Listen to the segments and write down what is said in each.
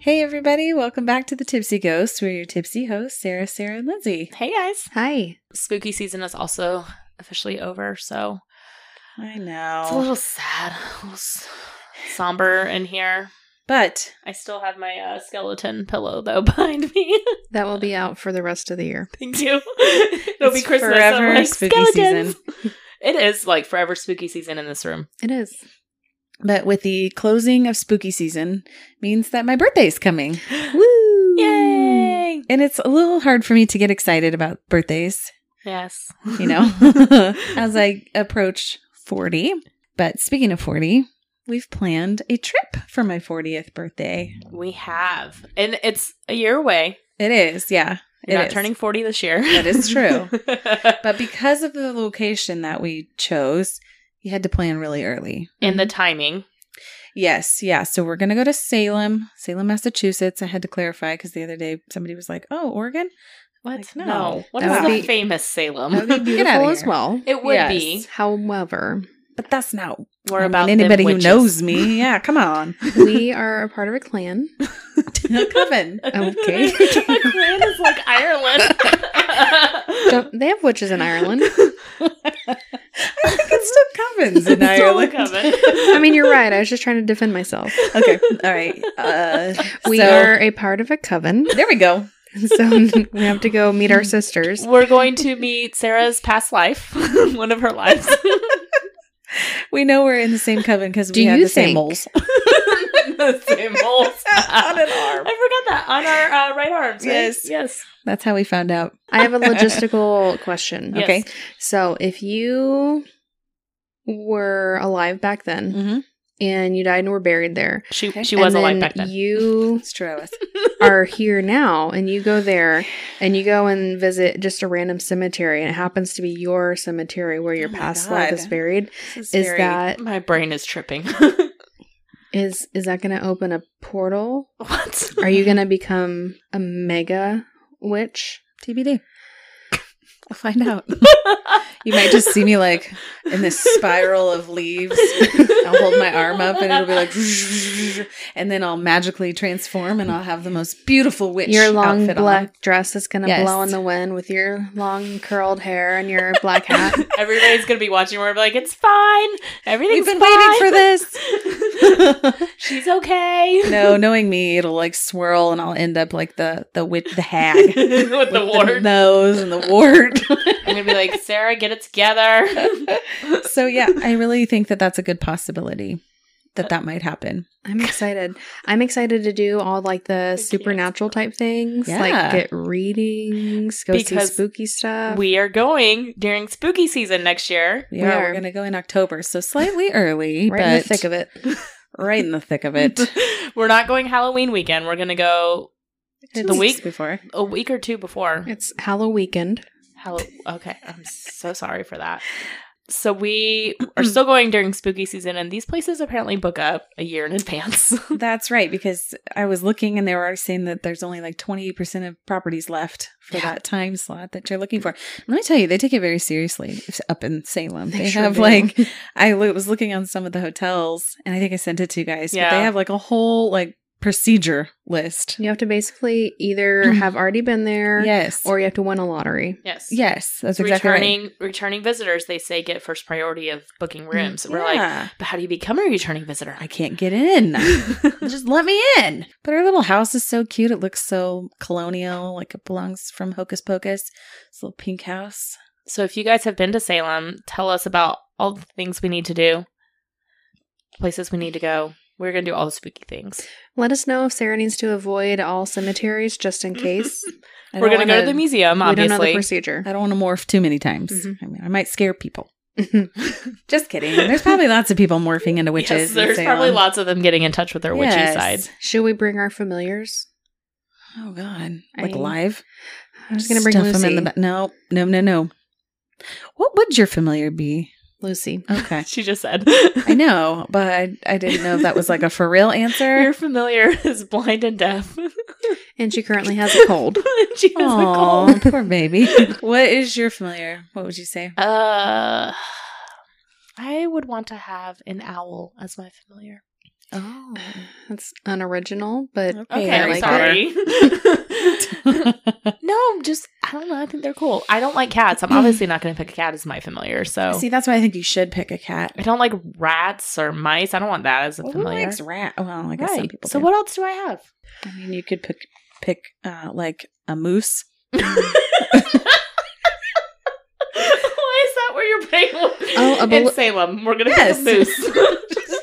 Hey, everybody. Welcome back to the Tipsy Ghost. We're your tipsy hosts, Sarah, Sarah, and Lindsay. Hey guys. Hi. Spooky season is also officially over, so I it's a know. little sad, a little s- somber in here. But I still have my uh, skeleton pillow though behind me. That will be out for the rest of the year. Thank you. It'll be It's Christmas. forever I'm like, spooky "Skeletons." it is like forever spooky season in this room. It is. but with the closing of spooky season means that my birthday's coming. Woo! Yay! And it's a little hard for me to get excited about birthdays, Yes. you know, as I approach 40. But speaking of 40, we've planned a trip for my 40th birthday. we have, and it's a year away. It is, yeah. You're it not is. turning forty this year. That is true. but But because of the location that we chose, you had to plan really early. and the timing. Yes, yeah. So we're gonna go to Salem, Salem, Massachusetts. I had to clarify because the other day somebody was like, "Oh, Oregon." What? Like, no. no. What That is would the be- famous That Salem? would be Get outta beautiful as here. well. It would Yes. be. However, But that's not We're I mean, about them anybody who witches. knows me. Yeah, come on, we are a part of a clan. coming. Okay. a clan is like Ireland. So they have witches in Ireland. I think it's still Covens in Ireland. I mean, you're right. I was just trying to defend myself. Okay, all right. Uh, We so- are a part of a coven, There we go. so we have to go meet our sisters. We're going to meet Sarah's past life, one of her lives. We know we're in the same coven because Do we have you the same think- moles. the same old On an arm. I forgot that on our uh, right arms. right? Yes. yes. That's how we found out. I have a logistical question. Okay. Yes. So if you were alive back then Mm-hmm. and you died and were buried there, She Okay. Mm. she was and alive then back then. You It's true. I was- are here now and you go there and you go and visit just a random cemetery and it happens to be your cemetery where your Oh my past life God. is buried This is very- that My brain is tripping. is is that going to open a portal what? are you going to become a mega witch TBD. I'll find out. You might just see me like in this spiral of leaves. I'll hold my arm up and it'll be like, and then I'll magically transform and I'll have the most beautiful witch your long outfit black dress is going to Yes. blow in the wind with your long curled hair and your black hat Everybody's gonna be watching. We're like, it's fine. on. Everything's We've been fine. waiting for this. She's okay. no, knowing me, it'll like swirl and I'll end up like the the witch, the hag With with the wart. nose and the wart. I'm gonna be like, Sarah, get it together. so yeah, I really think that that's a good possibility that that might happen. i'm excited i'm excited to do all like the can't. supernatural type things Yeah. like get readings go Because see spooky stuff we are going during spooky season next year. Yeah, we are. are. gonna go in October, so slightly early, right in the thick of it it. Right in the thick of it. We're not going Halloween weekend. We're gonna go Two The weeks week- before. a week or two before. It's Halloween weekend. Hall- okay, I'm so sorry for that. So we are still going during spooky season, and these places apparently book up a year in advance. That's right, because I was looking and they were already saying that there's only like 28% of properties left for Yeah. that time slot that you're looking for. Let me tell you, they take it very seriously if- up in Salem. They, They sure have do. like, I lo- was looking on some of the hotels and I think I sent it to you guys, but Yeah. they have like a whole like procedure list. You have to basically either have already been there Yes. Or, or you have to win a lottery. yes. yes, that's exactly right. returning returning visitors, they say get first priority of booking rooms. We're like, Yeah. but how do you become a returning visitor? I can't get in. Just let me in. But our little house is so cute. It looks so colonial, like it belongs from Hocus Pocus. This little pink house. So if you guys have been to Salem, tell us about all the things we need to do, places we need to go. We're gonna do all the spooky things. Let us know if Sarah needs to avoid all cemeteries just in case. I We're don't gonna go to wanna- the museum, we don't know the obviously. procedure. I don't want to morph too many times. Mhm. Mm-hmm. I mean, I might scare people. That's Just kidding. There's probably lots of people morphing into witches. Yes, in there's Salem. probably lots of them getting in touch with their witchy Yes. side. Should we bring our familiars? Oh God, like I- live. I'm just gonna bring Stuff Lucy. 'em in the. Ba- no, no, no, no. What would your familiar be? Lucy. Okay, She just said. I know, but I, I didn't know if that was like a for real answer. Your familiar is blind and deaf. And she currently has a cold. she has a Oh, cold. poor baby. What is your familiar? What would you say? Uh, I would want to have an owl as my familiar. Oh. That's unoriginal, but Okay, I I'm like sorry. no, just I don't know. I think they're cool. I don't like cats. I'm obviously not going to pick a cat as my familiar. So See, that's why I think you should pick a cat. I don't like rats or mice. I don't want that as a Well, who familiar. likes rat? Well, I guess some people. So do. what else do I have? I mean, you could pick pick uh, like a moose. Why is that where your brain went? Oh, a in bal- Salem, we're gonna uh, Yes. pick a moose.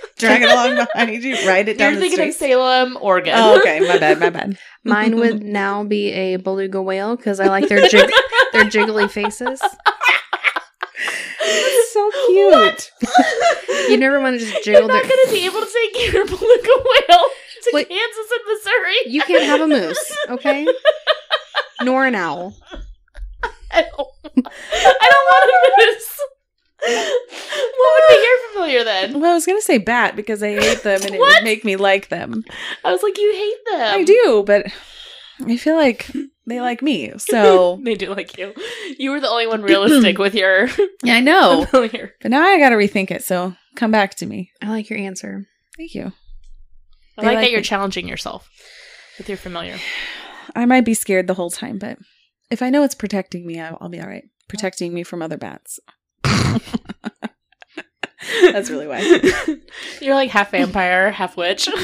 Drag it along behind you. Ride it down You're the thinking street. of Salem, Oregon. oh, okay. My bad. My bad. mine would now be a beluga whale because I like their jig- their jiggly faces. so cute. What? You never want to just You're jiggle not their. gonna be able to take your beluga whale to Wait. Kansas and Missouri. You can't have a moose, okay? Nor an owl. I don't, I don't want a moose. What would be your familiar then? Well, I was gonna say bat because I hate them and it What? would make me like them. I was like, you hate them. I do, but I feel like they like me. So They do like you. You were the only one realistic with your yeah, I know. familiar. But now I gotta rethink it. So come back to me. I like your answer. Thank you. I They like, like that you're me. challenging yourself with your familiar. I might be scared the whole time, but if I know it's protecting me, I'll, I'll be all right. Protecting me from other bats. That's really why, You're like half vampire, half witch.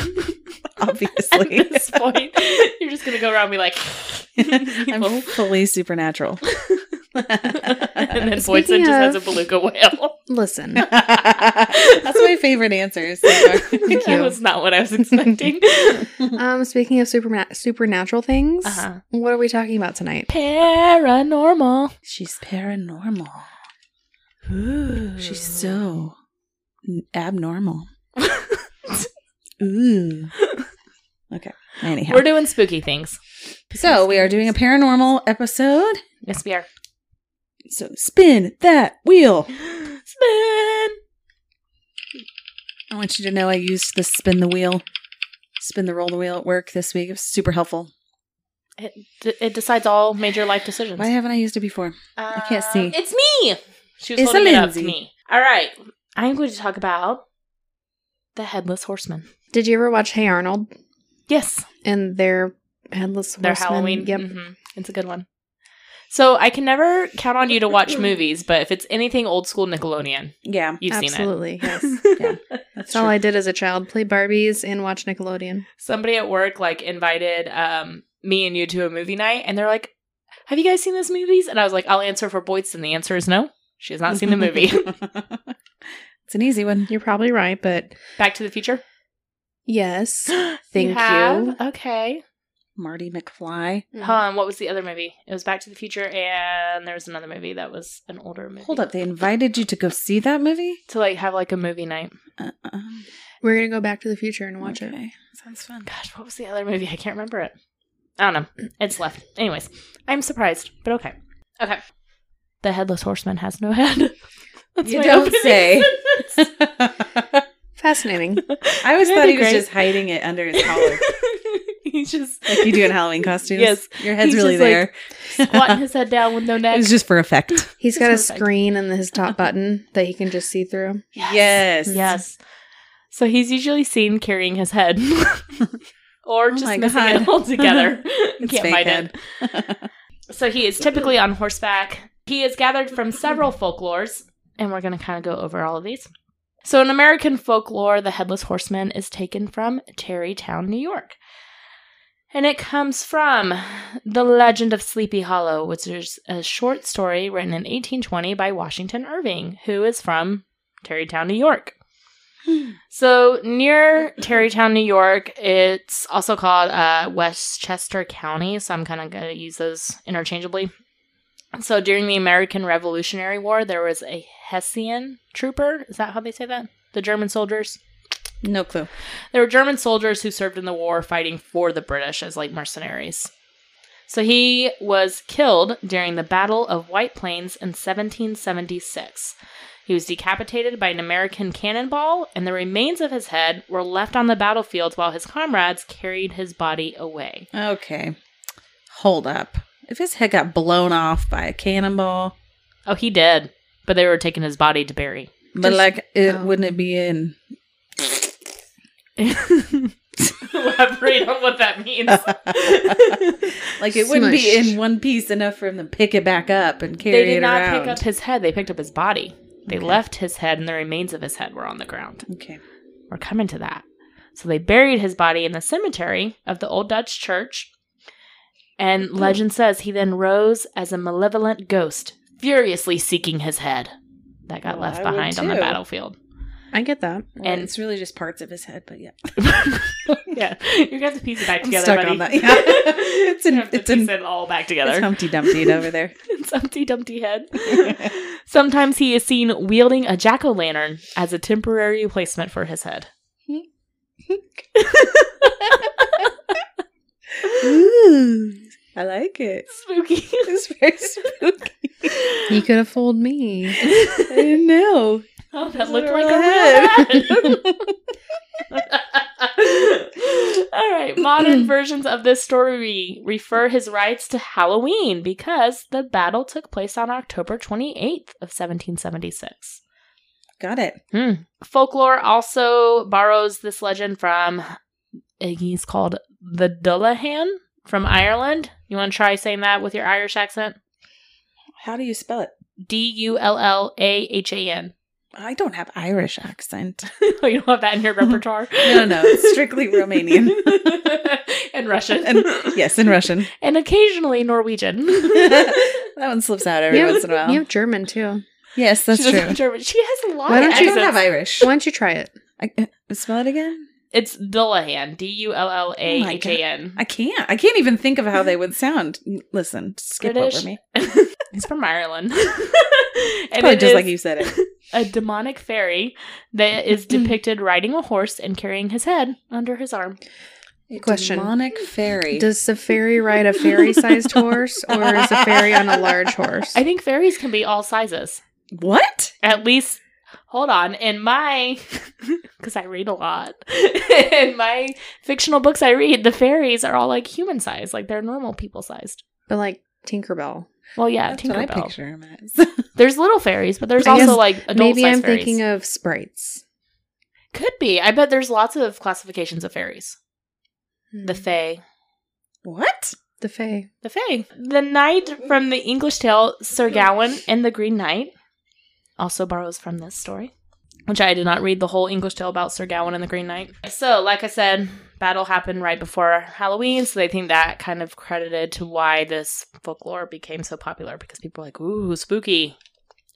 At obviously. this point, you're just gonna go around and be like, I'm evil. fully supernatural. and then Boydson Speaking just has a of- beluga whale. Listen, That's my favorite answer so far. that you. was not what I was expecting. um, speaking of superna- supernatural things, Uh-huh. what are we talking about tonight? Paranormal. She's paranormal. Ooh. She's so n- abnormal. Ooh. Okay. Anyhow. We're doing spooky things. so we are doing a paranormal episode. Yes, we are. So spin that wheel. Spin. I want you to know I used the spin the wheel, spin the roll the wheel at work this week. It was super helpful. It, d- it decides all major life decisions. Why haven't I used it before? I can't see. It's me. She was It's a holding it up to Lindsay. me. All right. I'm going to talk about the headless horseman. Did you ever watch Hey Arnold Yes, and their headless their horseman? Halloween. Yep. Mm-hmm. Mhm. It's a good one. So I can never count on you to watch movies, but if it's anything old school Nickelodeon, Yeah. you've Absolutely. Yes. seen That's it. Yeah. That's all true. I did as a child: play Barbies and watch Nickelodeon. Somebody at work like invited um, me and you to a movie night, and they're like, "Have you guys seen those movies?" And I was like, "I'll answer for Boydson." The answer is no. She has not seen the movie. it's an easy one. You're probably right, but Back to the Future. yes, Thank you. Okay. Marty McFly. Hold on, what was the other movie? It was Back to the Future, and there was another movie that was an older movie. Hold up. They invited you to go see that movie? to like have like a movie night. Uh, um, we're gonna go back to the future and watch it. okay. Sounds fun. Gosh, what was the other movie? I can't remember it. I don't know. It's left. Anyways, I'm surprised, but okay. Okay. The headless horseman has no head. That's You my don't opening say. sentence. I Fascinating. always That'd thought be he was great. just hiding it under his collar. He's just like you do in Halloween costumes. Yes. Your head's He's really just, like, there. squatting his head down with no neck. it was just for effect. He's That's got a perfect. screen in his top button that he can just see through. Yes. Yes. So he's usually seen carrying his head or Oh just my missing God. it altogether. Can't fake find head. it. So he is typically on horseback. He is gathered from several folklores, and we're going to kind of go over all of these. So, in American folklore, the headless horseman is taken from Tarrytown, New York. And it comes from The Legend of Sleepy Hollow, which is a short story written in 1820 by Washington Irving, who is from Tarrytown, New York. So near Tarrytown, New York, it's also called uh, Westchester County. So I'm kind of going to use those interchangeably. So during the American Revolutionary War, there was a Hessian trooper. Is that how they say that? The German soldiers. No clue. There were German soldiers who served in the war fighting for the British as like mercenaries. So he was killed during the Battle of White Plains in 1776. He was decapitated by an American cannonball, and the remains of his head were left on the battlefield while his comrades carried his body away. Okay. Hold up. If his head got blown off by a cannonball, Oh, he did, but they were taking his body to bury. but Just- like, it, oh. wouldn't it be in Elaborate on what that means. Oh, like it wouldn't be Smushed. in one piece enough for him to pick it back up and carry they did it not around. pick up his head. They picked up his body. They Okay. left his head, and the remains of his head were on the ground. okay. We're coming to that. So they buried his body in the cemetery of the Old Dutch Church. And Hmm. legend says he then rose as a malevolent ghost, furiously seeking his head that got Well, left I would behind on the too. battlefield. I get that. Well, And- it's really just parts of his head, but yeah. Yeah, you're gonna have to piece it back I'm together, stuck buddy. on that. Yeah. It's You an- have to it's an- piece it all back It's together. Humpty Dumpty over there. It's Humpty Dumpty head. Sometimes he is seen wielding a jack o' lantern as a temporary replacement for his head. Ooh, I like it. Spooky. It's very spooky. You could have fooled me. I didn't know. Oh, Is that it looked a real like a rat. All right, modern versions of this story refer his rights to Halloween because the battle took place on October 28th of 1776. Got it. Hmm. Folklore also borrows this legend from eh, he's called the Dullahan from Ireland. You want to try saying that with your Irish accent? How do you spell it? D U L L A H A N. I don't have Irish accent. Oh, you don't have that in your repertoire? No, no, it's strictly Romanian. and Russian. And, yes, in Russian. And occasionally Norwegian. that one slips out every You have- once in a while. You have German too. Yes, that's She doesn't true. have German. She has a lot Why of don't you- I accents. don't have Irish. Why don't you try it? I, uh, spell it again. It's Dullahan. D U L L A H A N. I can't. I can't even think of how they would sound. Listen, skip British. over me. It's from Ireland. It's and probably it just is like you said it. a demonic fairy that is Mm-hmm. depicted riding a horse and carrying his head under his arm. Question. Demonic fairy. Does the fairy ride a fairy sized horse or is a fairy on a large horse? I think fairies can be all sizes. what? At least, hold on. In my, because I read a lot, in my fictional books I read, the fairies are all like human sized, like they're normal people sized. But like Tinkerbell. Well, yeah, That's what I Tinkerbell. picture him as. There's little fairies, but there's I also guess like adult Maybe I'm fairies. thinking of sprites. Could be. I bet there's lots of classifications of fairies. The fae, what? Hmm. The fae. The Fae. The knight from the English tale, Sir Gawain and the Green Knight, also borrows from this story, which I did not read the whole English tale about Sir Gawain and the Green Knight. So, like I said, battle happened right before Halloween, so they think that kind of credited to why this folklore became so popular because people were like, ooh, spooky.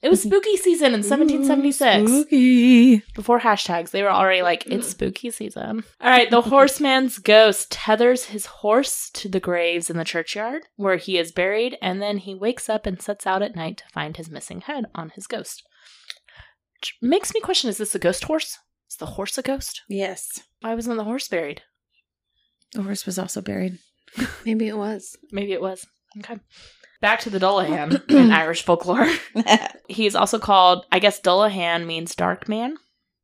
It was spooky season in 1776 Spooky. before hashtags, they were already like, it's spooky season. All right, the horseman's ghost tethers his horse to the graves in the churchyard where he is buried, and then he wakes up and sets out at night to find his missing head on his ghost. Which makes me question is this a ghost horse? Is the horse a ghost? Yes. Why wasn't the horse buried? The horse was also buried. Maybe it was. Maybe it was. Okay. Back to the Dullahan in Irish folklore. He is also called, I guess Dullahan means dark man.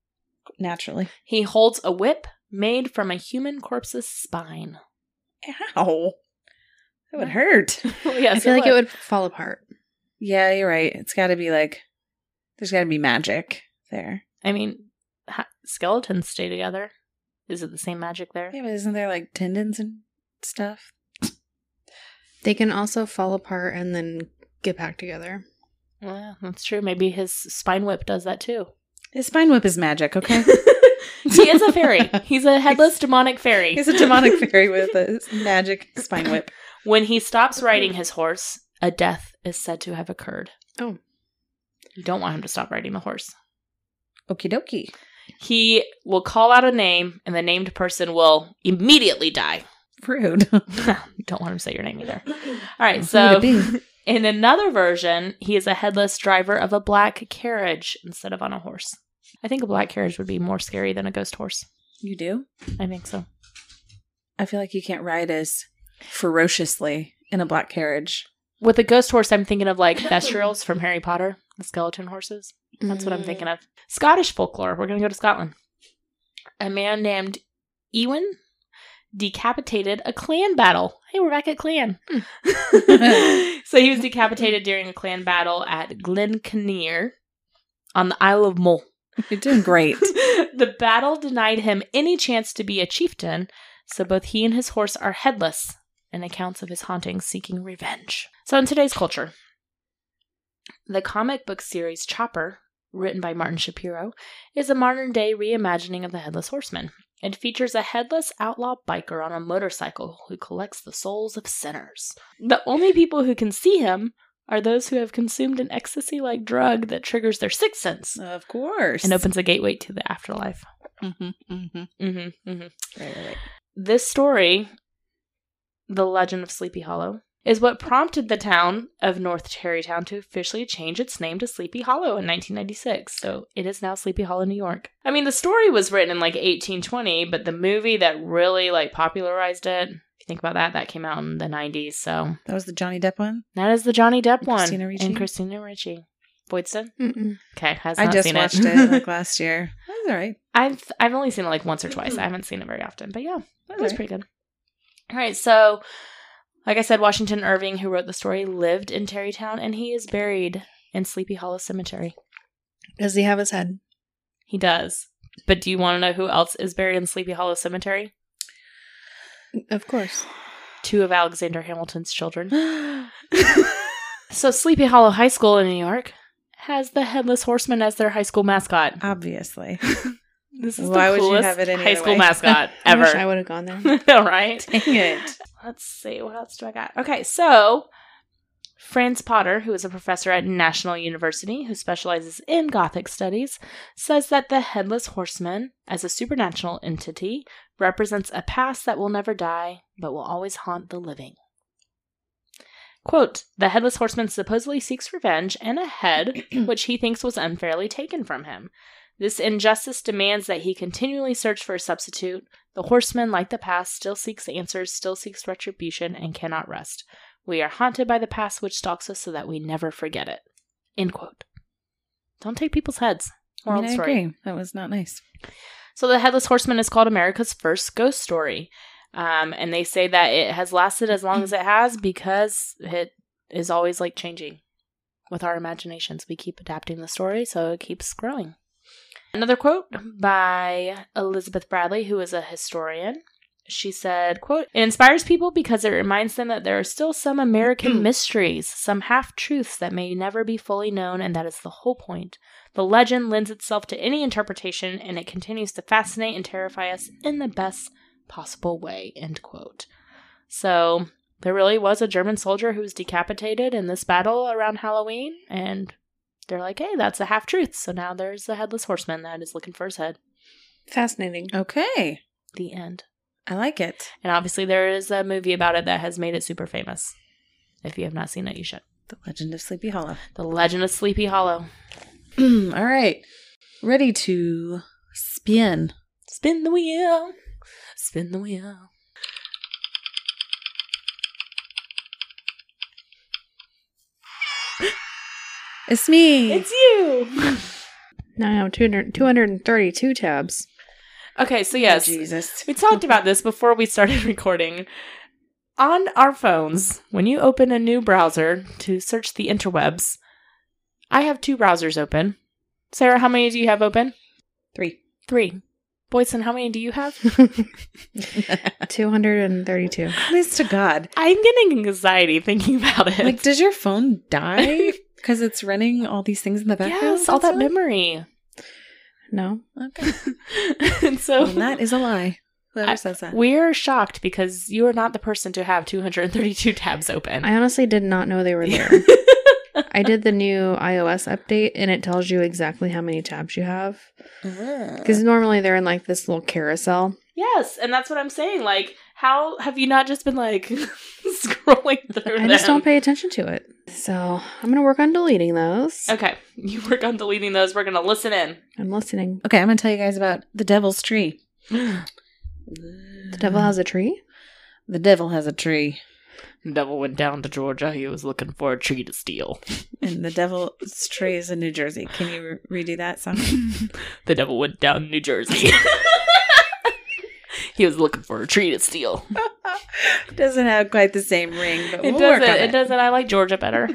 Naturally. He holds a whip made from a human corpse's spine. Ow. That would hurt. yes, I feel like it would fall apart. Yeah, you're right. It's got to be like, there's got to be magic there. I mean, ha- skeletons stay together. Is it the same magic there? Yeah, but isn't there like tendons and stuff? They can also fall apart and then get back together. Yeah, that's true. Maybe his spine whip does that too. His spine whip is magic, okay? he is a fairy. He's a headless demonic fairy. He's a demonic fairy with a magic spine whip. When he stops riding Mm-hmm. his horse, a death is said to have occurred. Oh. You don't want him to stop riding the horse. Okie dokie. He will call out a name, and the named person will immediately die. Rude. don't want him to say your name either. All right, Who so would it be? in another version, he is a headless driver of a black carriage instead of on a horse. I think a black carriage would be more scary than a ghost horse. you do? I think so. I feel like you can't ride as ferociously in a black carriage. With a ghost horse, I'm thinking of like Thestrals from Harry Potter, the skeleton horses. That's what I'm thinking of. Scottish folklore. We're going to go to Scotland. A man named Ewan decapitated a clan battle. Hey, we're back at clan. so he was decapitated during a clan battle at Glencairn on the Isle of Mull. You're doing great. the battle denied him any chance to be a chieftain, so both he and his horse are headless in accounts of his hauntings seeking revenge. So, in today's culture, the comic book series Chopper, written by Martin Shapiro, is a modern day reimagining of the Headless Horseman. It features a headless outlaw biker on a motorcycle who collects the souls of sinners. The only people who can see him are those who have consumed an ecstasy like drug that triggers their sixth sense Of course. and opens a gateway to the afterlife. Mm-hmm, mm-hmm. hmm hmm Right, right, right. This story, The Legend of Sleepy Hollow, is what prompted the town of North Tarrytown to officially change its name to Sleepy Hollow in 1996. So it is now Sleepy Hollow, New York. I mean, the story was written in like 1820, but the movie that really like popularized it, if you think about that, that came out in the 90s. So That was the Johnny Depp one. that is the Johnny Depp And one. Christina Ricci? And Christina Ricci. Boydson? Mm-mm. Okay, has I not just seen watched it. it, like last year. That's all right. I've I've only seen it like once or twice. I haven't seen it very often, but yeah, it was Alright. pretty good. Mm-hmm. All right, so like I said, Washington Irving, who wrote the story, lived in Tarrytown, and he is buried in Sleepy Hollow Cemetery. Does he have his head? He does. But do you want to know who else is buried in Sleepy Hollow Cemetery? Of course. Two of Alexander Hamilton's children. So Sleepy Hollow High School in New York has the Headless Horseman as their high school mascot. Obviously. This is Why the would you coolest have it any high other school way? mascot I wish ever. I would have gone there. All right. Dang it. Let's see, what else do I got? Okay, so Franz Potter, who is a professor at National University who specializes in Gothic studies, says that the Headless Horseman, as a supernatural entity, represents a past that will never die but will always haunt the living. Quote The Headless Horseman supposedly seeks revenge and a head which he thinks was unfairly taken from him. This injustice demands that he continually search for a substitute. The horseman, like the past, still seeks answers, still seeks retribution, and cannot rest. We are haunted by the past which stalks us so that we never forget it. End quote. Don't take people's heads. I, Moral mean, I story. agree. That was not nice. So the Headless Horseman is called America's first ghost story, um, and they say that it has lasted as long as it has because it is always like changing with our imaginations. We keep adapting the story, so it keeps growing. Another quote by Elizabeth Bradley, who is a historian. She said, quote, It inspires people because it reminds them that there are still some American mysteries, some half truths that may never be fully known, and that is the whole point. The legend lends itself to any interpretation, and it continues to fascinate and terrify us in the best possible way. End quote. So there really was a German soldier who was decapitated in this battle around Halloween, and they're like, "Hey, that's a half truth." So now there's the headless horseman that is looking for his head. Fascinating. Okay. The end. I like it. And obviously, there is a movie about it that has made it super famous. If you have not seen it, you should. The Legend of Sleepy Hollow. The Legend of Sleepy Hollow. all right. Ready to spin. Spin the wheel. Spin the wheel. It's me. you. Now 200, 232 tabs. Okay, so yes, Oh, Jesus. we talked about this before we started recording. On our phones, when you open a new browser to search the interwebs, I have two browsers open. Sarah, how many do you have open? Three. Three. Boyson, how many do you have? 232. Please to God. I'm getting anxiety thinking about it. Like, does your phone die because it's running all these things in the background? yes, all that constantly? memory. No. Okay. and so Well, that is a lie. Whoever I- says that. we're shocked because you are not the person to have 232 tabs open. I honestly did not know they were there. I did the new iOS update and it tells you exactly how many tabs you have. Uh. Because normally they're in like this little carousel. Yes, and that's what I'm saying. Like, how have you not just been like scrolling through? I just them? don't pay attention to it. So I'm going to work on deleting those. Okay, you work on deleting those. We're gonna listen I'm listening. okay, I'm going to tell you guys about the devil's tree. in. The devil has a tree. The devil has a tree, Devil went down to Georgia. He was looking for a tree to steal. and the devil's tree is in New Jersey. Can you re- redo that song? the devil went down to New Jersey. he was looking for a tree to steal. doesn't have quite the same ring, but It we'll work doesn't. on It. it. doesn't. I like Georgia better.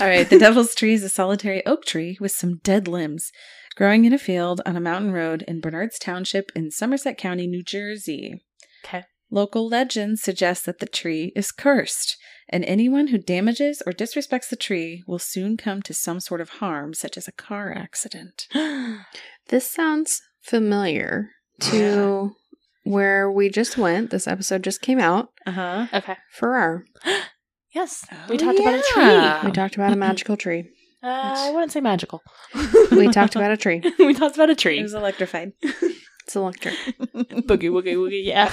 All right. The Devil's Tree is a solitary oak tree with some dead limbs growing in a field on a mountain road in Bernards Township in Somerset County, New Jersey. Okay. Local legend suggests that the tree is cursed, and anyone who damages or disrespects the tree will soon come to some sort of harm, such as a car accident. This sounds familiar to where we just went. This episode just came out. Uh huh. okay. Ferrar. Yes. Oh, we talked yeah. about a We tree. talked about a magical tree. Uh, I wouldn't say magical. We talked about a tree. we talked about a It tree. was electrified. It's electric. Boogie woogie woogie. Yeah.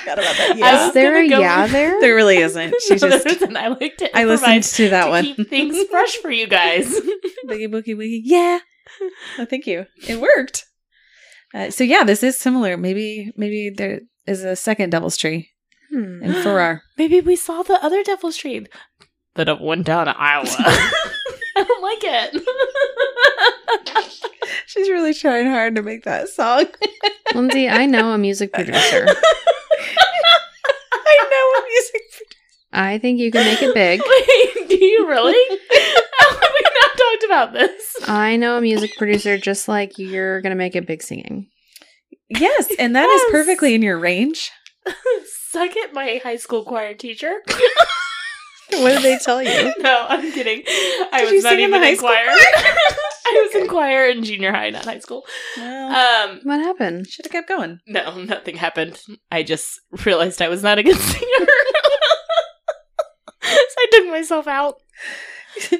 Forgot about that. I was Is there a gonna go- yeah there? There really isn't. She No, just. there isn't. I liked it. I listened to that to one. keep things fresh for you guys. Boogie boogie woogie. Yeah. Oh, thank you. It worked. Uh, so yeah, this is similar. Maybe maybe there is a second Devil's Tree Hmm. in Farrar. Maybe we saw the other devil's tree. The devil went down to Iowa. I don't like it. She's really trying hard to make that song. Lindsay, I know a music producer. I know a music. I think you can make it big. Wait, do you really? Have we not talked about this? I know a music producer just like you're going to make it big singing. Yes, and that is Yes. perfectly in your range. Suck it, my high school choir teacher. What did they tell you? No, I'm kidding. I Did was you not sing in even the in, high school choir. I was in choir in junior high, not high school. Well, Um, What happened? should have kept going. no, nothing happened. I just realized I was not a good singer. so I dug myself out.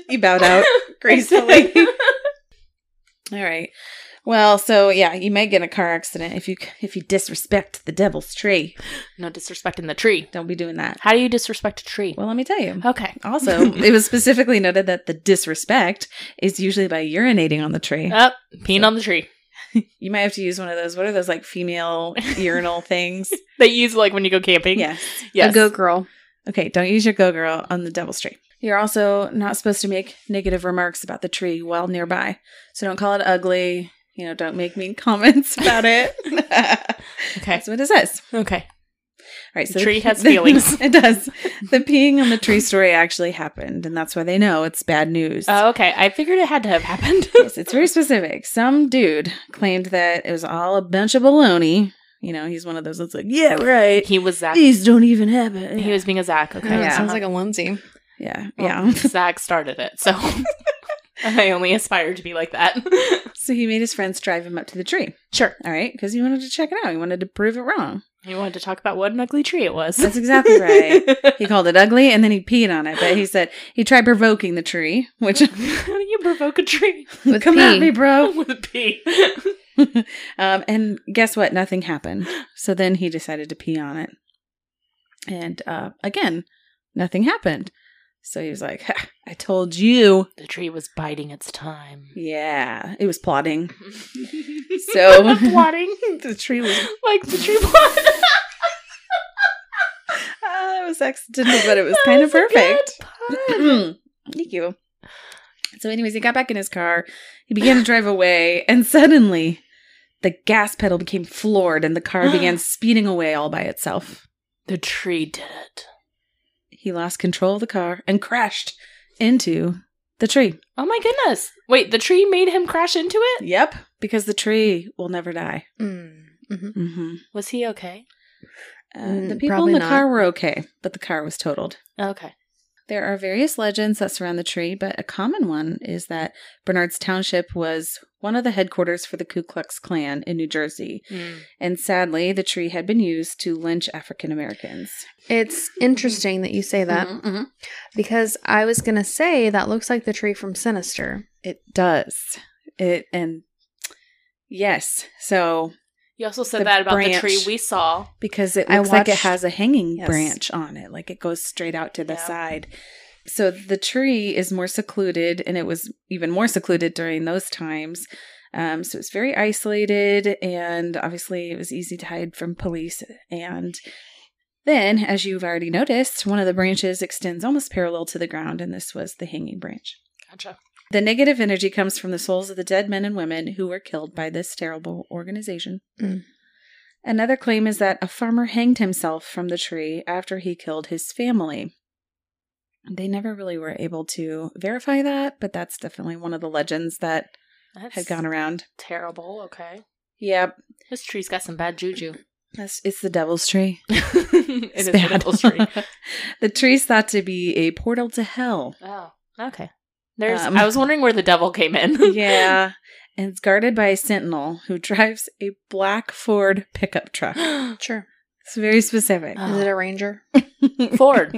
You bowed out gracefully. All right. Well, so yeah, you might get in a car accident if you if you disrespect the devil's tree. no disrespecting the tree. Don't be doing that. How do you disrespect a tree? Well, let me tell you. okay. Also, it was specifically noted that the disrespect is usually by urinating on the tree. Up, peeing on the tree. You might have to use one of those. What are those like female urinal things? They use like when you go camping. Yes. Yes. A go girl. Okay, don't use your go girl on the devil's tree. You're also not supposed to make negative remarks about the tree while nearby. So don't call it ugly. You know, don't make mean comments about it. Okay. That's what it says. Okay. All right, so The tree has feelings. it does. The peeing on the tree story actually happened, and that's why they know it's bad news. Oh, okay. I figured it had to have happened. yes, it's very specific. Some dude claimed that it was all a bunch of baloney. You know, he's one of those that's like, yeah, right. he was Zach. These don't even happen. He was being a Zach. Okay. Uh-huh. Oh, Yeah. it sounds like a Lindsay. yeah, Well, yeah. Zach started it, so I only aspire to be like that. So he made his friends drive him up to the tree. sure. All right, because he wanted to check it out. He wanted to prove it wrong. He wanted to talk about what an ugly tree it was. That's exactly right. he called it ugly, and then he peed on it. But he said he tried provoking the tree, which How do you provoke a tree With come at pee. me, bro. with a pee? um, and guess what? Nothing happened. So then he decided to pee on it, and uh, again, nothing happened. So he was like, "Ha, "I told you." The tree was biding its time. Yeah, it was plotting. So- plotting the tree was like the tree plot. uh, it was accidental, but it was kind of That was a good perfect. Thank you. So, anyways, he got back in his car. He began to drive away, and suddenly, the gas pedal became floored, and the car began speeding away all by itself. The tree did it. He lost control of the car and crashed into the tree. Oh my goodness! Wait, the tree made him crash into it. Yep, because the tree will never die. Mm. hmm Mm-hmm. Was he okay? Uh, Mm, the people probably in the not. car were okay, but the car was totaled. Okay. There are various legends that surround the tree, but a common one is that Bernard's Township was one of the headquarters for the Ku Klux Klan in New Jersey, Mm. and sadly, the tree had been used to lynch African Americans. Mm-hmm, It's interesting that you say that because I was going to say that looks like the tree from Sinister. It does. It and yes, so You also The said that about the branch. tree we saw. because it I looks like it watched- has a hanging Yes. branch on it, like it goes straight out to the Yeah. side. So the tree is more secluded, and it was even more secluded during those times. Um, so it's very isolated, and obviously it was easy to hide from police. And then, as you've already noticed, one of the branches extends almost parallel to the ground, and this was the hanging branch. Gotcha. The negative energy comes from the souls of the dead men and women who were killed by this terrible organization. Mm. Another claim is that a farmer hanged himself from the tree after he killed his family. They never really were able to verify that, but that's definitely one of the legends that That's had gone around. terrible. Okay. Yep. This tree's got some bad juju. That's, it's the devil's tree. it It's is bad. an apple tree. the tree's thought to be a portal to hell. Oh, okay. There's. Um, I was wondering where the devil came in. yeah. And it's guarded by a sentinel who drives a black Ford pickup truck. Sure. It's very specific. Oh. Is it a ranger? Ford.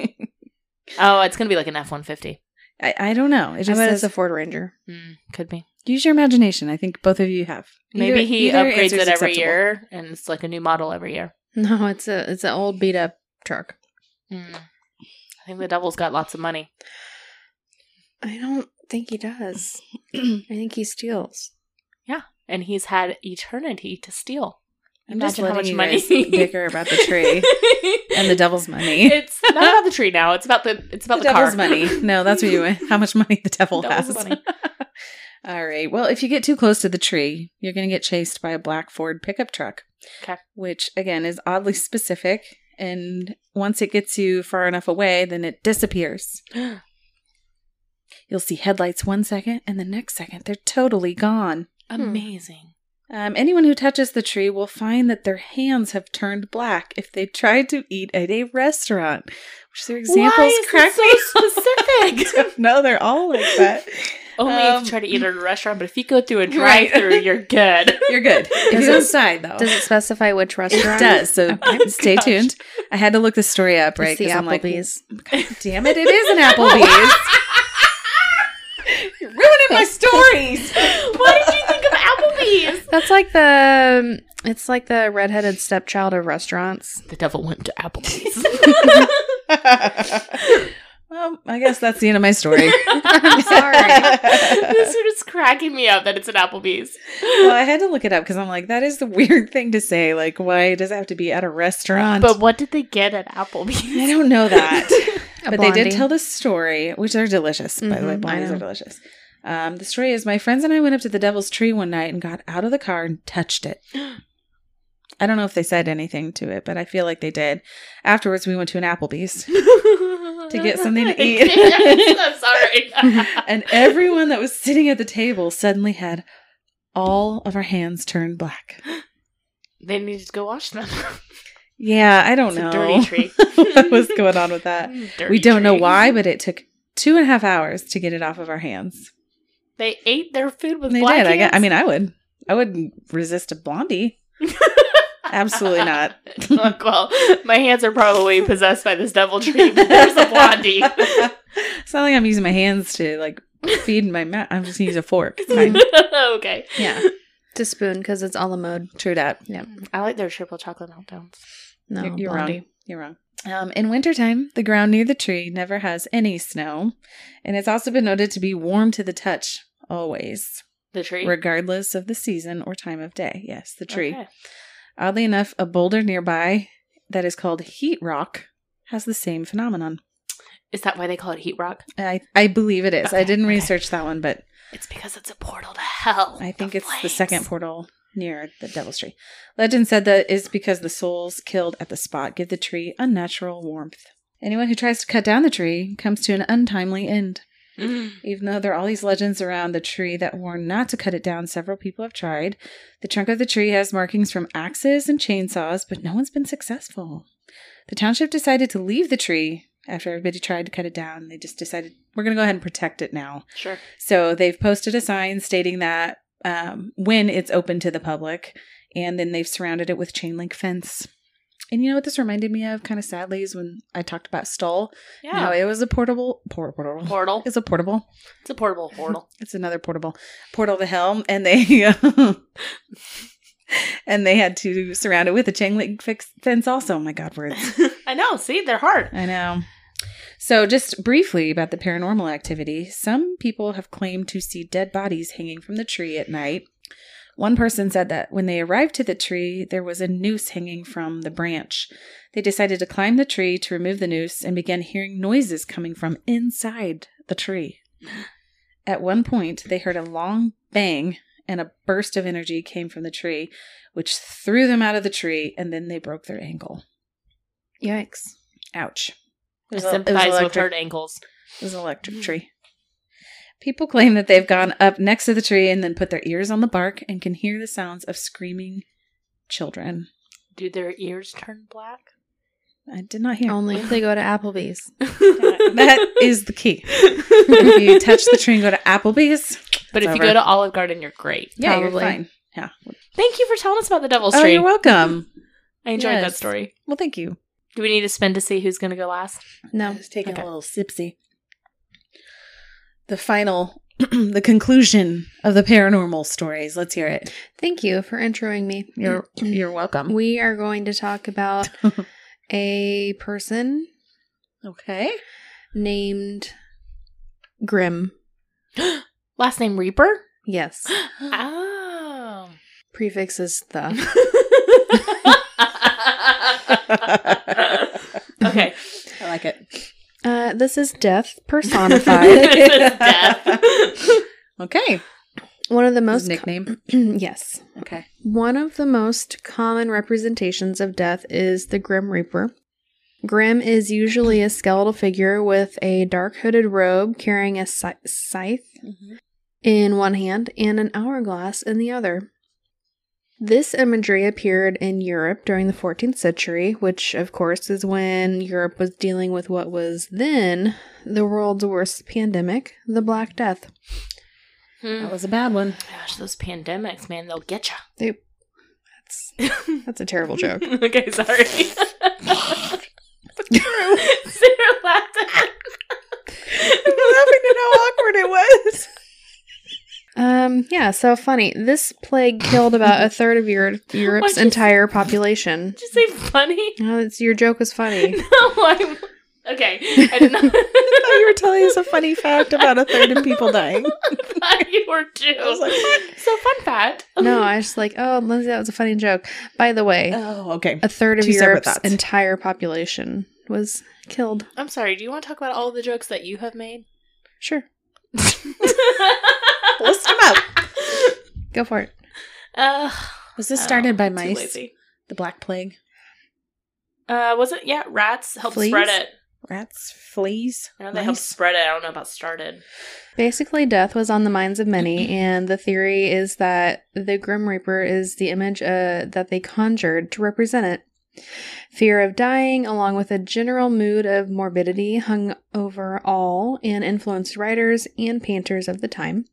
oh, it's gonna be like an F one fifty. I, I don't know. It I just bet says, it's a Ford Ranger. Could be. use your imagination. I think both of you have. Maybe Either- he either upgrades answer's it every acceptable. year, and it's like a new model every year. No, it's a it's an old beat up truck. Mm. I think the devil's got lots of money. I don't think he does. I think he steals. and he's had eternity to steal. I'm just Imagine how letting much you money- guys bicker about the tree and the devil's money. It's not about the tree now. It's about the it's about the, the devil's car. money. No, that's what you meant. How much money the devil has. Devil's money. All right. Well, if you get too close to the tree, you're going to get chased by a black Ford pickup truck. Okay. Which, again, is oddly specific. And once it gets you far enough away, then it disappears. You'll see headlights one second, and the next second, they're totally gone. Amazing. Um, anyone who touches the tree will find that their hands have turned black if they tried to eat at a restaurant, which their examples is this crack so me specific. no, they're all like that. Only if Um, you try to eat at a restaurant, but if you go through a Right. drive-through, you're good. You're good. If Does you it- inside though. Does it specify which restaurant? Oh. It does. So Oh, stay gosh. tuned. I had to look this story up, right? It's the 'cause I'm like, Applebee's. damn it, it is an Applebee's. You're ruining my stories. Why did you think of Applebee's? That's like the um, it's like the redheaded stepchild of restaurants. The devil went to Applebee's. well, I guess that's the end of my story. I'm sorry. this is just cracking me up that it's an Applebee's. Well, I had to look it up because I'm like, that is the weird thing to say. Like, why does it have to be at a restaurant? But what did they get at Applebee's? I don't know that. A but they did blondie. tell this story, which are delicious, by the way. Mhm, I Blondies are know. delicious. Um, the story is my friends and I went up to the Devil's Tree one night and got out of the car and touched it. I don't know if they said anything to it, but I feel like they did. Afterwards, we went to an Applebee's, to get something to eat. I'm sorry. and everyone that was sitting at the table suddenly had all of our hands turned black. they need to go wash them. Yeah, I don't It's know a dirty tree. what was going on with that. Dirty we don't know tree. why, but it took two and a half hours to get it off of our hands. They ate their food with They black did. I, gu- hands. I mean, I would. I wouldn't resist a blondie. Absolutely not. Look, well, my hands are probably possessed by this devil tree. but There's a blondie. it's not like I'm using my hands to like feed my mouth. I'm just gonna use a fork. It's fine. okay. Yeah. To spoon because it's a la mode. True that. I like their triple chocolate meltdowns. No, You're- you're blondie. wrong. You're wrong. Um, in wintertime, the ground near the tree never has any snow, and it's also been noted to be warm to the touch always, The tree. regardless of the season or time of day. Yes, the tree. Okay. Oddly enough, a boulder nearby that is called heat rock has the same phenomenon. Is that why they call it heat rock? I, I believe it is. I Okay, didn't okay. research that one, but It's because it's a portal to hell. I think it's the flames. second portal near the Devil's Tree. Legend said that is because the souls killed at the spot give the tree unnatural warmth. Anyone who tries to cut down the tree comes to an untimely end. Mm. Even though there are all these legends around the tree that warn not to cut it down, several people have tried. The trunk of the tree has markings from axes and chainsaws, but no one's been successful. The township decided to leave the tree after everybody tried to cut it down. They just decided, we're going to go ahead and protect it now. Sure. So they've posted a sign stating that um, when it's open to the public, and then they've surrounded it with chain link fence. And you know what this reminded me of, kind of sadly, is when I talked about Stoll. How Yeah. it was a portable, por- portable. Portal. It's a portable. It's a portable portal. It's another portable portal to hell, and they and they had to surround it with a chain link fix- fence. Also, oh my god, words. I know. See, they're hard. I know. So, just briefly about the paranormal activity, some people have claimed to see dead bodies hanging from the tree at night. One person said that when they arrived to the tree, there was a noose hanging from the branch. They decided to climb the tree to remove the noose and began hearing noises coming from inside the tree. At one point, they heard a long bang and a burst of energy came from the tree, which threw them out of the tree, and then they broke their ankle. Yikes. Ouch. It I was sympathize with electric- hurt ankles. It was an electric tree. People claim that they've gone up next to the tree and then put their ears on the bark and can hear the sounds of screaming children. Do their ears turn black? I did not hear. Only if they go to Applebee's. that is the key. If you touch the tree and go to Applebee's, but if It's you over. go to Olive Garden, you're great. yeah, Probably. you're fine. Yeah. Thank you for telling us about the Devil's Oh, Tree. you're welcome. I enjoyed that Yes. story. Well, thank you. Do we need to spin to see who's going to go last? I No. was taking Okay. a little sipsy. The final, the conclusion of the paranormal stories. Let's hear it. Thank you for introing me. You're you're welcome. We are going to talk about a person Okay. named Grimm. Last name Reaper? Yes. Oh. Prefix is the. okay. I like it. Uh, this is death this personified. is death. Okay. One of the most. Most nickname. yes. Okay. One of the most common representations of death is the Grim Reaper. Grim is usually a skeletal figure with a dark hooded robe carrying a scy- scythe in one hand and an hourglass in the other. This imagery appeared in Europe during the 14th century, which, of course, is when Europe was dealing with what was then the world's worst pandemic, the Black Death. Hmm. That was a bad one. Gosh, those pandemics, man, they'll get They, that's, you. that's a terrible joke. okay, sorry. Sarah laughed at laughing at how awkward it was. Um, yeah, so funny. This plague killed about a third of Euro- Europe's Why'd you entire population. Did you say funny? Oh, it's, your joke was funny. No, I'm okay. I did not. I thought you were telling us a funny fact about a third of people dying. thought you were too. I was like, what? so fun fact. No, I was just like, oh, Lindsay, that was a funny joke. By the way, Oh, okay. a third of two separate Europe's thoughts. entire population was killed. I'm sorry. Do you want to talk about all the jokes that you have made? Sure, List them up. go for it. Uh, Was this started by Oh, too mice? lazy. The Black Plague? Uh, was it? Yeah, rats helped Fleas? spread it. Rats? Fleas? I know they helped mice? spread it. I don't know about started. Basically, death was on the minds of many, and the theory is that the Grim Reaper is the image uh, that they conjured to represent it. Fear of dying, along with a general mood of morbidity, hung over all and influenced writers and painters of the time.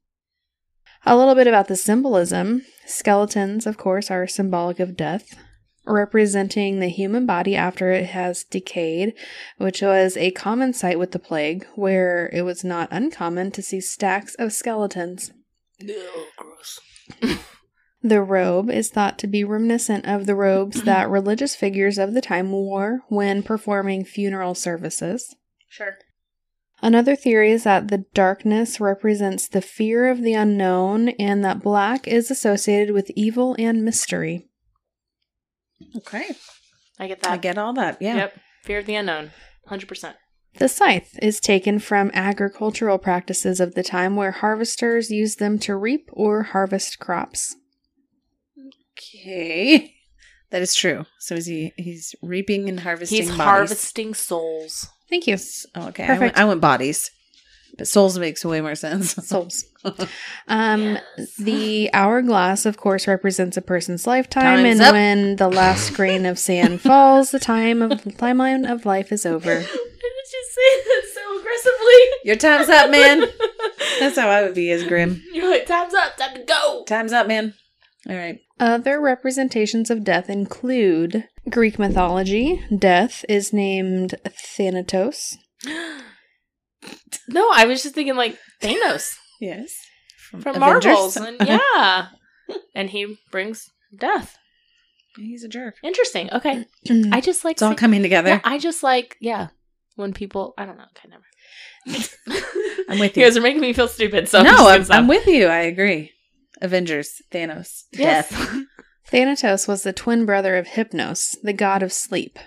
A little bit about the symbolism. Skeletons, of course, are symbolic of death, representing the human body after it has decayed, which was a common sight with the plague, where it was not uncommon to see stacks of skeletons. Ew, gross. The robe is thought to be reminiscent of the robes that religious figures of the time wore when performing funeral services. Sure. Another theory is that the darkness represents the fear of the unknown and that black is associated with evil and mystery. Okay. I get that. I get all that. Yeah. Yep. Fear of the unknown. Hundred percent. The scythe is taken from agricultural practices of the time where harvesters used them to reap or harvest crops. Okay. That is true. So is he he's reaping and harvesting He's bodies. harvesting souls. Thank you. Oh, okay. I Perfect. went, I went bodies. But souls makes way more sense. Souls. Um, The hourglass, of course, represents a person's lifetime, Time's and up. when the last grain of sand falls, the time of the timeline of life is over. did you say that so aggressively? Your time's up, man. That's how I would be as grim. You're like, time's up, time to go. Time's up, man. All right. Other representations of death include Greek mythology. Death is named Thanatos. no, I was just thinking like Thanos Yes. from Avengers? Marvels, and yeah, and he brings death. He's a jerk. Interesting. Okay, I just like It's all see- coming together. Yeah, I just like yeah when people I don't know. Okay, never. I'm with you you. guys are making me feel stupid. So no, I'm, I'm, just gonna I'm stop. with you. I agree. Avengers, Thanos, yes. death. Thanatos was the twin brother of Hypnos, the god of sleep.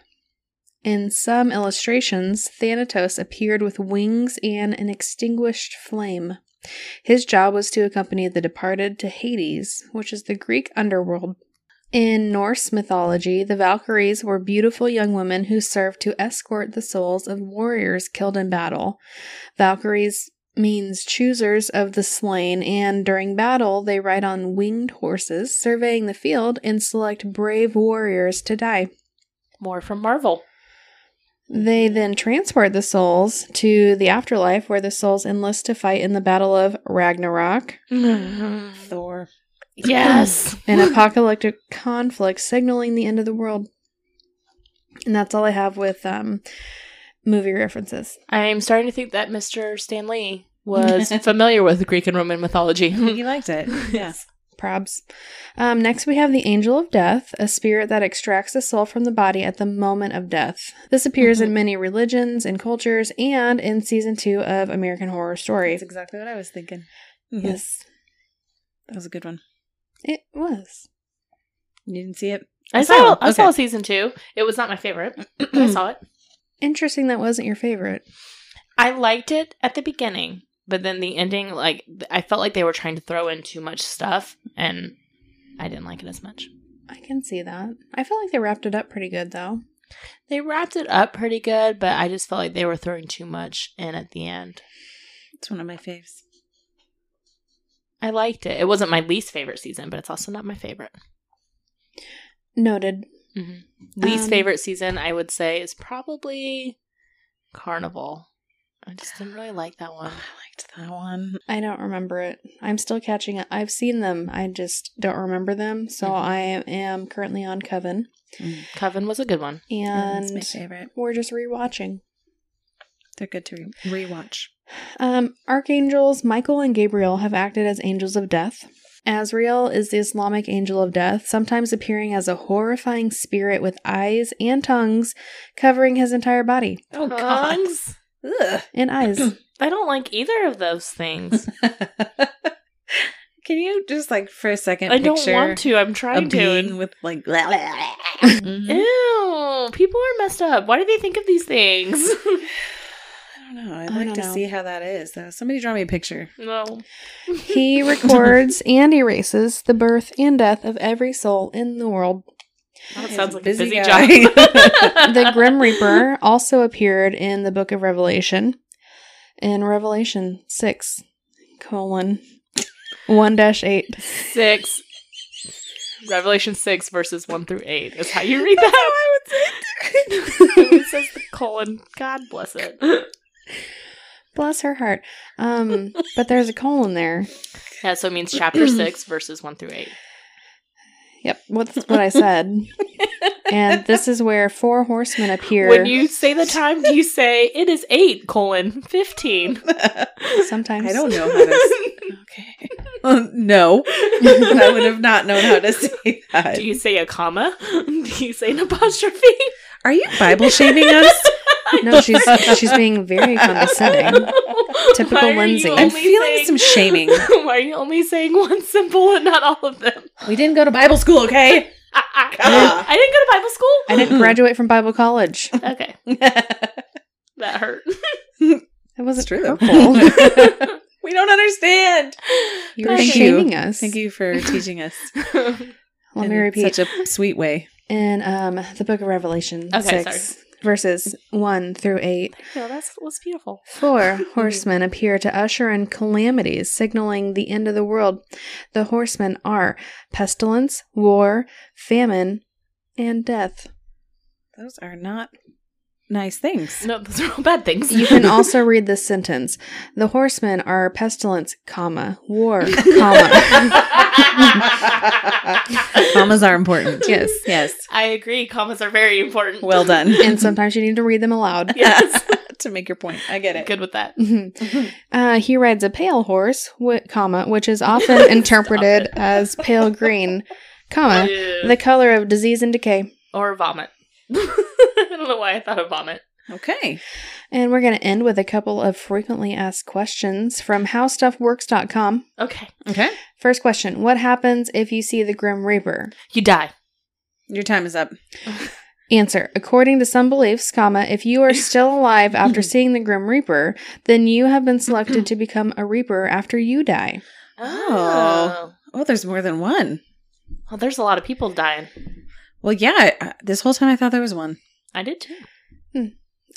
In some illustrations, Thanatos appeared with wings and an extinguished flame. His job was to accompany the departed to Hades, which is the Greek underworld. In Norse mythology, the Valkyries were beautiful young women who served to escort the souls of warriors killed in battle. Valkyries means choosers of the slain, and during battle, they ride on winged horses, surveying the field, and select brave warriors to die. More from Marvel. They then transport the souls to the afterlife, where the souls enlist to fight in the Battle of Ragnarok, Thor. yes. an apocalyptic conflict signaling the end of the world. And that's all I have with um, movie references. I'm starting to think that Mr. Stanley was familiar with Greek and Roman mythology. He liked it. Yeah. Probs. Um, next, we have the Angel of Death, a spirit that extracts the soul from the body at the moment of death. This appears Mm-hmm. in many religions and cultures and in season two of American Horror Story. That's exactly what I was thinking. Yes, That was a good one. it was. You didn't see it? I Asylum, saw I saw okay. season two. It was not my favorite. I saw it. Interesting that wasn't your favorite. I liked it at the beginning, but then the ending, like th- I felt like they were trying to throw in too much stuff, and I didn't like it as much. I can see that. I feel like they wrapped it up pretty good, though. They wrapped it up pretty good, but I just felt like they were throwing too much in at the end. It's one of my faves. I liked it. It wasn't my least favorite season, but it's also not my favorite. Noted. Least Um, favorite season, I would say, is probably Carnival. I just didn't really like Oh, that one. I liked that one. I don't remember it. I'm still catching up. I've seen them. I just don't remember them. So Mhm. Mm-hmm. I am currently on Coven, Coven was a good one. That's Mm-hmm. my and favorite. we're just rewatching. They're good to re- rewatch. Um, archangels Michael and Gabriel have acted as angels of death. Azrael is the Islamic angel of death, sometimes appearing as a horrifying spirit with eyes and tongues covering his entire body. Oh, Tongues? Ugh. And eyes. I don't like either of those things. Can you just like for a second I don't picture want to. I'm a trying to. being and- with like Mhm. Ew, people are messed up. Why do they think of these things? I don't know. I'd I like don't to know. see how that is. Though. Somebody draw me a picture. no. He records and erases the birth and death of every soul in the world. That He's sounds a like a busy, busy job. guy. The Grim Reaper also appeared in the book of Revelation in Revelation 6 colon 1 dash 8. six. Revelation six verses one through eight is how you read that. it says the colon. God bless it. Bless her heart. Um, but there's a colon there. Yeah, so it means chapter six verses one through eight. Yep, what's what I said. And this is where four horsemen appear. When you say the time, do you say it is eight colon fifteen? sometimes I don't know how to. s- okay. Um, no, I would have not known how to say that. Do you say a comma? Do you say an apostrophe? Are you Bible shaming us? No, she's she's being very condescending. Typical Why are you Lindsay. only I'm feeling saying- some shaming. Why are you only saying one symbol and not all of them? We didn't go to Bible school, okay? Ah, ah. Ah. I didn't go to Bible school. I didn't graduate from Bible college. Okay, that hurt. That That's wasn't true. helpful. we don't understand. You were Thank you. shaming us. Thank you for teaching us. Let in me repeat. Such a sweet way. in um the book of Revelation Okay, six verses one through eight. no, that was beautiful. Four horsemen appear to usher in calamities, signaling the end of the world. The horsemen are pestilence, war, famine, and death. Those are not nice things. No, those are all bad things. You can also read this sentence. The horsemen are pestilence, comma, war, comma. Commas are important. Yes. Yes. I agree. Commas are very important. Well done. and sometimes you need to read them aloud. yes, to make your point. I get it. good with that. Mhm. uh, he rides a pale horse, wi- comma, which is often interpreted it. as pale green, comma, Ew. the color of disease and decay. or vomit. I don't know why I thought of vomit. Okay. And we're going to end with a couple of frequently asked questions from howstuffworks.com. Okay, Okay. First question What happens if you see the Grim Reaper? you die. Your time is up. Answer According to some beliefs, comma, if you are still alive after seeing the Grim Reaper, then you have been selected to become a Reaper after you die. Oh. Oh, there's more than one. Well, there's a lot of people dying. Well, yeah. I- This whole time I thought there was one. I did too.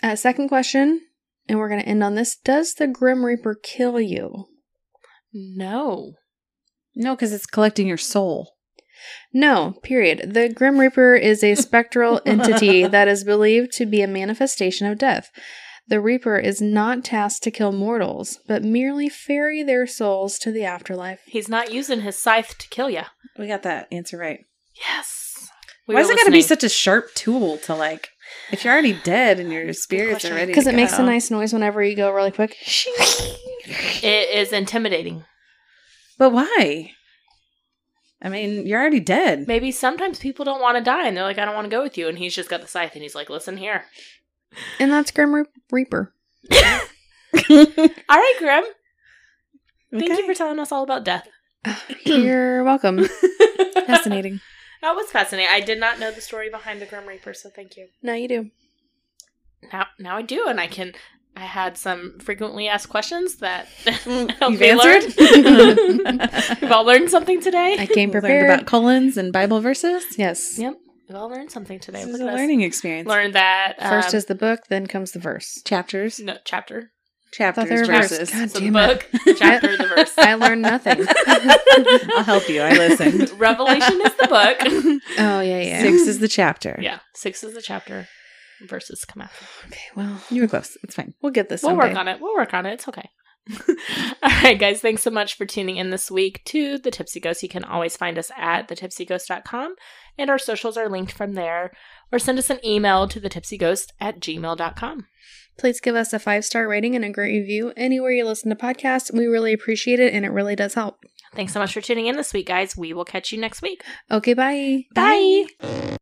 Uh, second question, and we're going to end on this. Does the Grim Reaper kill you? No. No, because it's collecting your soul. No, period. The Grim Reaper is a spectral entity that is believed to be a manifestation of death. The Reaper is not tasked to kill mortals, but merely ferry their souls to the afterlife. He's not using his scythe to kill you. We got that answer right. Yes. Why is it got to be such? such a sharp tool to like? If you're already dead and your spirits are Question. ready, Because it makes a go. nice noise whenever you go really quick. It is intimidating. But why? I mean, you're already dead. Maybe sometimes people don't want to die and they're like, I don't want to go with you. And he's just got the scythe and he's like, listen here. And that's Grim Re- Reaper. All right, Grim. Thank Okay. you for telling us all about death. You're welcome. Fascinating. Fascinating. that was fascinating. I did not know the story behind the Grim Reaper, so thank you. Now you do. Now, now I do, and I can. I had some frequently asked questions that Mm, Hope You've they answered. we've all learned something today. I came Learned prepared. about colons and Bible verses. yes. Yep. we've all learned something today. This Look is a at us. learning experience. Learned that um, First is the book, then comes the verse. Chapters, no, chapter, chapters, there were verses. verses. God so the damn book, chapter, the verse. I learned nothing. I'll help you. I listened. Revelation is the book. Oh, yeah, yeah. Six is the chapter. yeah, six is the chapter. Verses come out. Okay, well, You were close. It's fine. we'll get this We'll someday. work on it. We'll work on it. It's okay. All right, guys. Thanks so much for tuning in this week to The Tipsy Ghost. You can always find us at thetipsyghost.com, and our socials are linked from there. Or send us an email to thetipsyghost at gmail.com. Please give us a five star rating and a great review anywhere you listen to podcasts. We really appreciate it and it really does help. Thanks so much for tuning in this week, guys. We will catch you next week. Okay, bye. Bye.